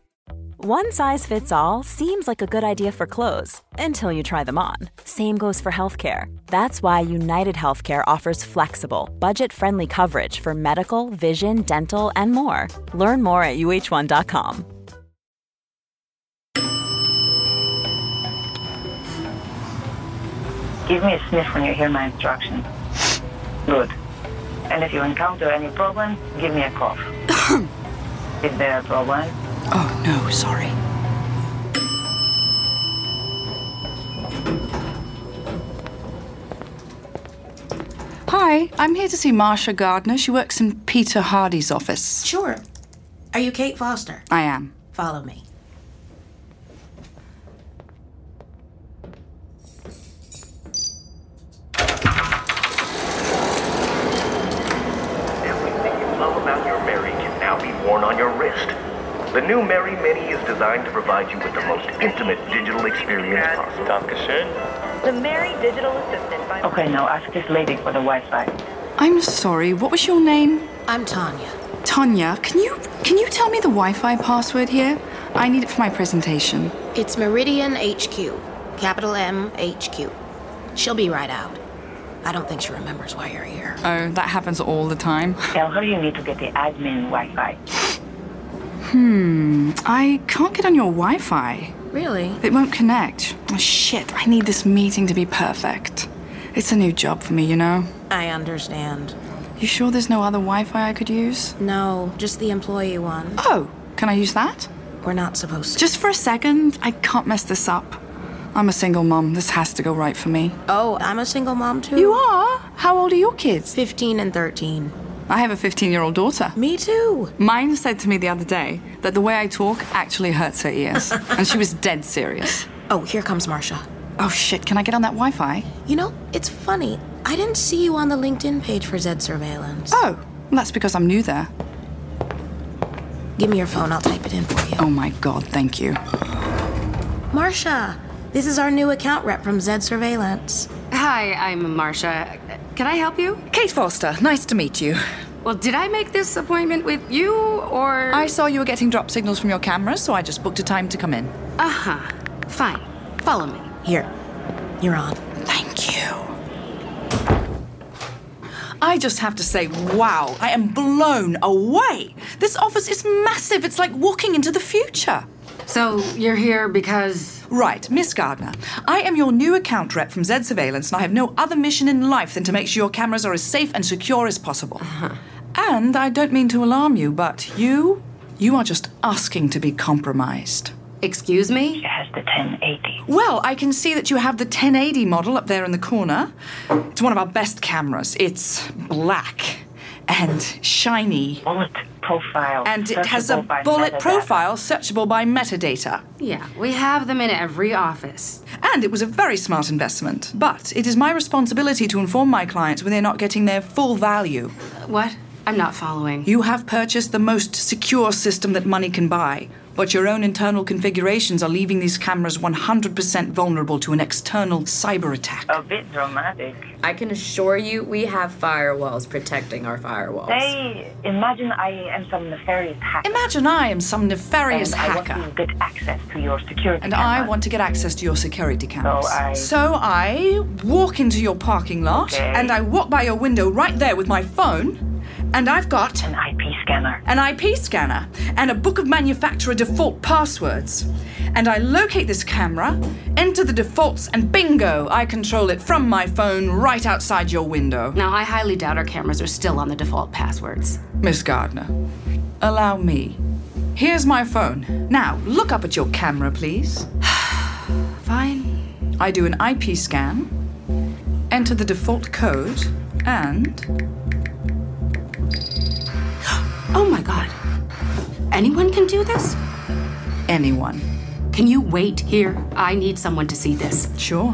One size fits all seems like a good idea for clothes until you try them on. Same goes for healthcare. That's why United Healthcare offers flexible, budget friendly coverage for medical, vision, dental, and more. Learn more at uh1.com. Give me a sniff when you hear my instructions. Good. And if you encounter any problem, give me a cough. Is there a problem? Oh, no, sorry. Hi, I'm here to see Marcia Gardner. She works in Peter Hardy's office. Sure. Are you Kate Foster? I am. Follow me. Everything you love about your Mary can now be worn on your wrist. The new Mary Mini is designed to provide you with the most intimate digital experience possible. The Mary Digital Assistant by Oh. Okay, now ask this lady for the Wi-Fi. I'm sorry, what was your name? I'm Tanya. Tanya, can you can you tell me the Wi-Fi password here? I need it for my presentation. It's Meridian HQ, capital M HQ. She'll be right out. I don't think she remembers why you're here. Oh, that happens all the time. Tell her you need to get the admin Wi-Fi. I can't get on your Wi-Fi. Really? It won't connect. Oh, shit, I need this meeting to be perfect. It's a new job for me, you know. I understand. You sure there's no other Wi Fi I could use? No, just the employee one. Oh, can I use that? We're not supposed to. Just for a second, I can't mess this up. I'm a single mom. This has to go right for me. oh, I'm a single mom too? You are? How old are your kids? 15 and 13. I have a 15 year old daughter. Me too. Mine said to me the other day that the way I talk actually hurts her ears. and she was dead serious. Oh, here comes Marcia. Oh shit, can I get on that Wi Fi? You know, it's funny. I didn't see you on the LinkedIn page for Zed Surveillance. Oh, that's because I'm new there. Give me your phone, I'll type it in for you. Oh my god, thank you. Marsha, this is our new account rep from Zed Surveillance. Hi, I'm Marcia. Can I help you? Kate Foster, nice to meet you. Well, did I make this appointment with you or I saw you were getting drop signals from your camera, so I just booked a time to come in. Uh-huh. Fine. Follow me. Here, you're on. Thank you. I just have to say, wow, I am blown away. This office is massive. It's like walking into the future. So, you're here because Right, Miss Gardner, I am your new account rep from Zed Surveillance, and I have no other mission in life than to make sure your cameras are as safe and secure as possible. And I don't mean to alarm you, but you, you are just asking to be compromised. excuse me? She has the 1080. Well, I can see that you have the 1080 model up there in the corner. It's one of our best cameras. It's black and shiny, Bullet profile. and it has a searchable by bullet metadata. profile searchable by metadata. Yeah, we have them in every office. And it was a very smart investment. But it is my responsibility to inform my clients when they're not getting their full value. What? I'm not following. You have purchased the most secure system that money can buy, but your own internal configurations are leaving these cameras 100% vulnerable to an external cyber attack. A bit dramatic. I can assure you we have firewalls protecting our firewalls. They imagine I am some nefarious hacker. Imagine I am some nefarious and hacker. I Mm. want to get access to your security. and I camera. want to get access to your security cameras. I- So I walk into your parking lot, Okay. and I walk by your window right there with my phone, and I've got an IP scanner. an IP scanner and a book of manufacturer default passwords. And I locate this camera, enter the defaults, and bingo, I control it from my phone right outside your window. Now, I highly doubt our cameras are still on the default passwords. Miss Gardner, allow me. Here's my phone. Now, look up at your camera, please. Fine. I do an IP scan, enter the default code, and. Oh my god. Anyone can do this? anyone. Can you wait here? I need someone to see this. Sure.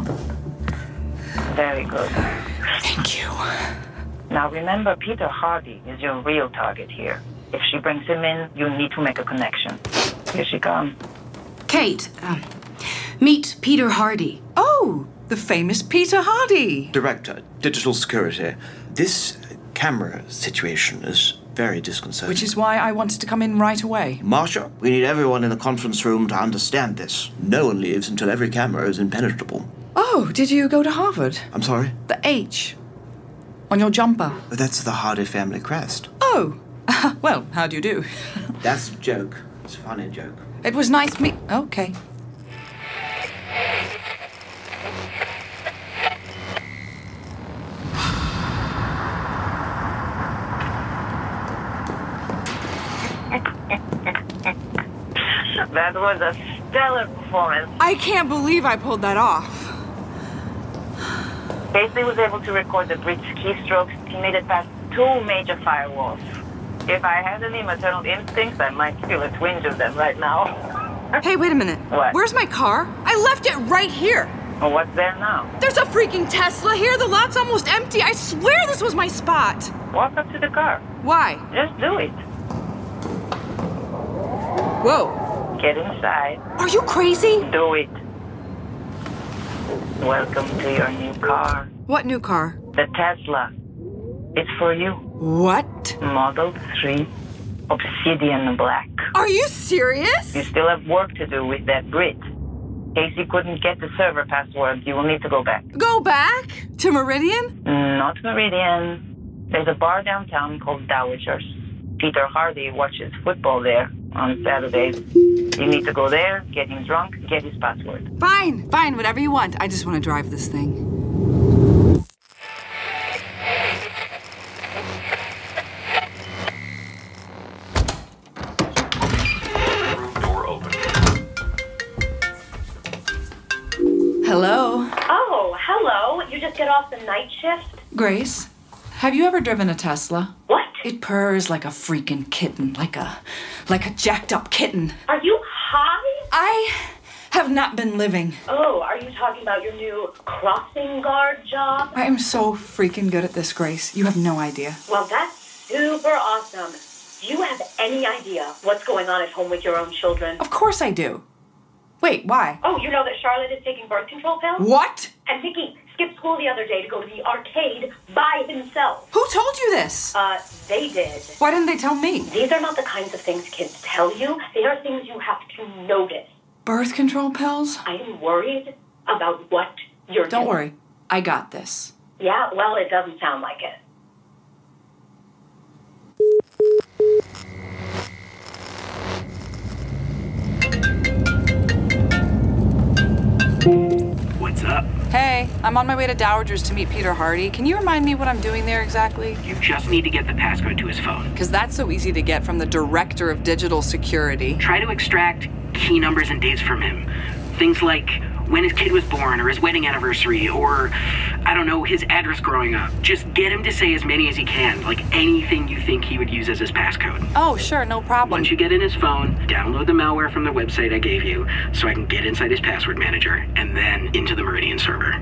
Very good. Thank you. Now remember, Peter Hardy is your real target here. If she brings him in, you need to make a connection. Here she comes. Kate, um, meet Peter Hardy. Oh, the famous Peter Hardy. Director, digital security. This camera situation is very disconcerting. Which is why I wanted to come in right away. Marsha, we need everyone in the conference room to understand this. No one leaves until every camera is impenetrable. Oh, did you go to Harvard? I'm sorry? Uh, The H. On your jumper. That's the Hardy family crest. Oh, well, how do you do? That's a joke. It's a funny joke. It was nice me. Okay. That was a stellar performance. I can't believe I pulled that off. Paisley was able to record the bridge keystrokes. He made it past two major firewalls. If I had any maternal instincts, I might feel a twinge of them right now. hey, wait a minute. What? Where's my car? I left it right here. Well, what's there now? There's a freaking Tesla here. The lot's almost empty. I swear this was my spot. Walk up to the car. Why? Just do it. Whoa. Get inside. Are you crazy? Do it. Welcome to your new car. What new car? The Tesla. It's for you. What? Model 3 Obsidian Black. Are you serious? You still have work to do with that Brit. Casey couldn't get the server password. You will need to go back. Go back to Meridian? Not Meridian. There's a bar downtown called Dowagers. Peter Hardy watches football there on Saturdays. You need to go there, get him drunk, get his password. Fine, fine, whatever you want. I just want to drive this thing. Hello, Oh, hello. You just get off the night shift? Grace. Have you ever driven a Tesla? What? It purrs like a freaking kitten, like a like a jacked up kitten. Are you high? I have not been living. Oh, are you talking about your new crossing guard job? I am so freaking good at this, Grace. You have no idea. Well, that's super awesome. Do you have any idea what's going on at home with your own children? Of course I do. Wait, why? Oh, you know that Charlotte is taking birth control pills? What? And Vicky skipped school the other day to go to the arcade by himself. Who told you this? Uh, they did. Why didn't they tell me? These are not the kinds of things kids tell you. They are things you have to notice. Birth control pills? I am worried about what you're Don't doing. worry. I got this. Yeah, well, it doesn't sound like it. What's up? Hey, I'm on my way to Dowager's to meet Peter Hardy. Can you remind me what I'm doing there exactly? You just need to get the passcode to his phone. Because that's so easy to get from the Director of Digital Security. Try to extract key numbers and dates from him. Things like when his kid was born, or his wedding anniversary, or I don't know, his address growing up. Just get him to say as many as he can, like anything you think he would use as his passcode. Oh, sure, no problem. Once you get in his phone, download the malware from the website I gave you so I can get inside his password manager and then into the Meridian server.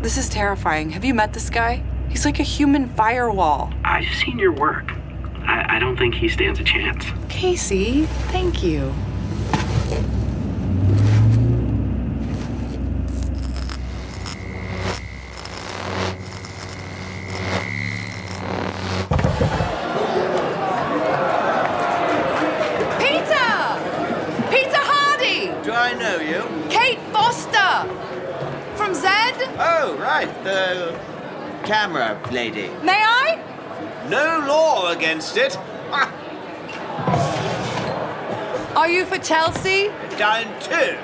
This is terrifying. Have you met this guy? He's like a human firewall. I've seen your work. I, I don't think he stands a chance. Casey, thank you. Peter! Peter Hardy! Do I know you? Kate Foster! From Zed? Oh, right, the camera lady. May I? No law against it. Are you for Chelsea? Down two.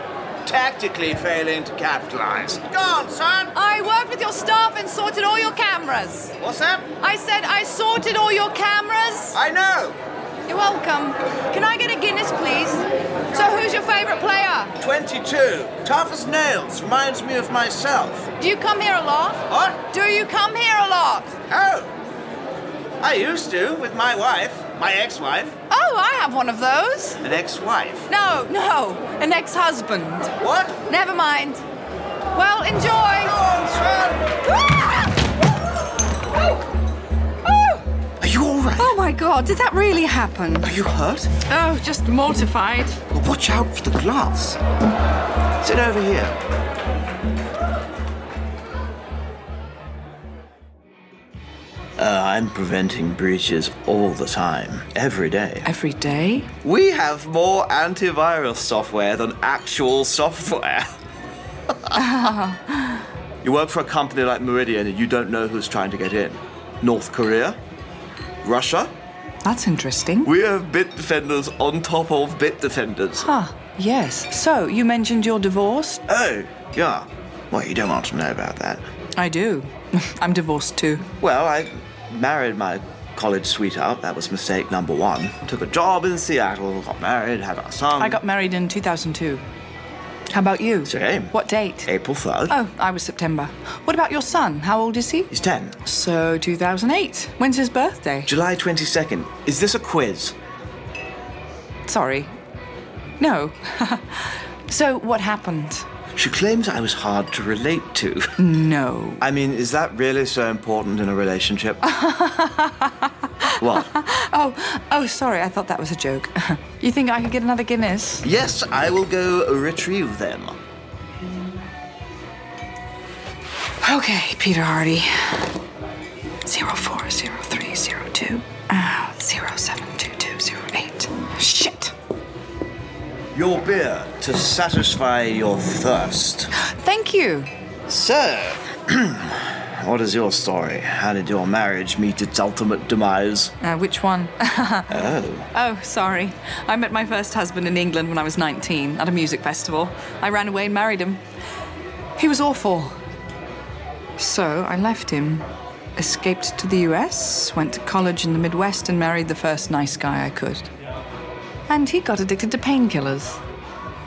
Tactically failing to capitalize. Go on, son. I worked with your staff and sorted all your cameras. What's that? I said I sorted all your cameras. I know. You're welcome. Can I get a Guinness, please? So, who's your favorite player? 22. Tough as nails. Reminds me of myself. Do you come here a lot? What? Do you come here a lot? Oh. I used to with my wife, my ex wife. Oh, Oh, I have one of those. An ex-wife. No, no, an ex husband. What? Never mind. Well, enjoy. Ah! Oh! Are you all right? Oh my god, did that really happen? Are you hurt? Oh, just mortified. Well, watch out for the glass. Sit over here. Uh, I'm preventing breaches all the time, every day. Every day? We have more antivirus software than actual software. You work for a company like Meridian and you don't know who's trying to get in. North Korea? Russia? That's interesting. We have bit defenders on top of bit defenders. Ah, yes. So, you mentioned you're divorced? Oh, yeah. Well, you don't want to know about that. I do. I'm divorced too. Well, I married my college sweetheart. That was mistake number one. Took a job in Seattle, got married, had our son. I got married in 2002. How about you? Same. What date? April 3rd. Oh, I was September. What about your son? How old is he? He's 10. So, 2008. When's his birthday? July 22nd. Is this a quiz? Sorry. No. so, what happened? She claims I was hard to relate to. No. I mean, is that really so important in a relationship? what? Oh, oh, sorry. I thought that was a joke. you think I could get another Guinness? Yes, I will go retrieve them. Okay, Peter Hardy. 040302 uh, 072208. Shit. Your beer to satisfy your thirst. Thank you. So, what is your story? How did your marriage meet its ultimate demise? Uh, which one? Oh. Oh, sorry. I met my first husband in England when I was 19 at a music festival. I ran away and married him. He was awful. So I left him, escaped to the US, went to college in the Midwest, and married the first nice guy I could. And he got addicted to painkillers.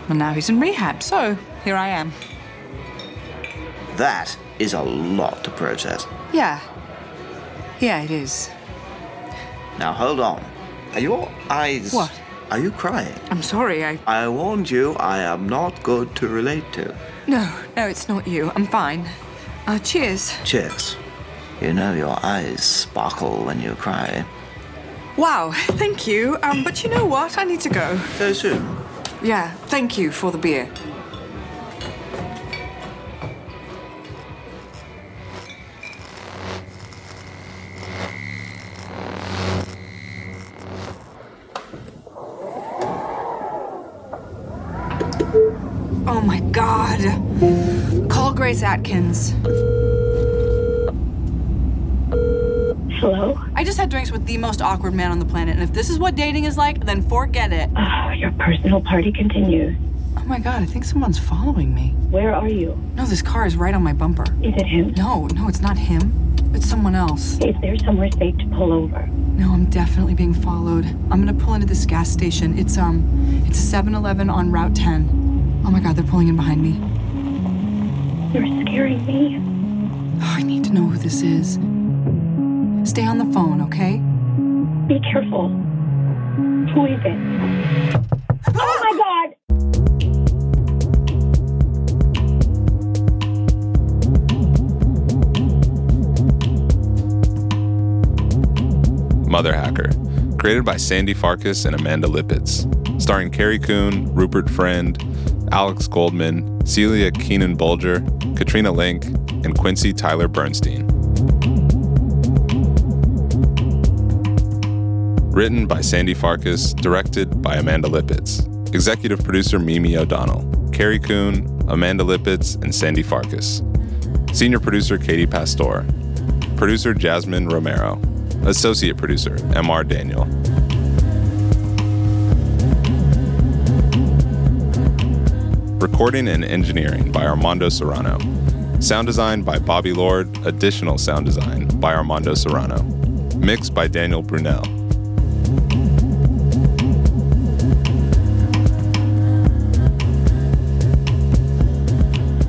And now he's in rehab, so here I am. That is a lot to process. Yeah. Yeah, it is. Now hold on. Are your eyes. What? Are you crying? I'm sorry, I. I warned you, I am not good to relate to. No, no, it's not you. I'm fine. Uh, cheers. Cheers. You know your eyes sparkle when you cry. Wow, thank you. Um, but you know what? I need to go. So soon. Yeah, thank you for the beer. Oh my god. Call Grace Atkins. Hello? I just had drinks with the most awkward man on the planet, and if this is what dating is like, then forget it. Oh, your personal party continues. Oh my god, I think someone's following me. Where are you? No, this car is right on my bumper. Is it him? No, no, it's not him. It's someone else. Is there somewhere safe to pull over? No, I'm definitely being followed. I'm gonna pull into this gas station. It's um it's a 7-Eleven on Route 10. Oh my god, they're pulling in behind me. You're scaring me. Oh, I need to know who this is. Stay on the phone, okay? Be careful. Who is it? Oh my god! Mother Hacker, created by Sandy Farkas and Amanda Lippitz, starring Carrie Coon, Rupert Friend, Alex Goldman, Celia Keenan Bulger, Katrina Link, and Quincy Tyler Bernstein. Written by Sandy Farkas, directed by Amanda Lippitz. Executive producer Mimi O'Donnell, Carrie Coon, Amanda Lippitz, and Sandy Farkas. Senior producer Katie Pastor. Producer Jasmine Romero. Associate producer M.R. Daniel. Recording and engineering by Armando Serrano. Sound design by Bobby Lord. Additional sound design by Armando Serrano. Mixed by Daniel Brunel.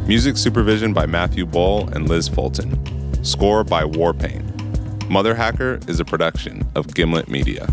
Music supervision by Matthew Ball and Liz Fulton. Score by Warpaint. Mother Hacker is a production of Gimlet Media.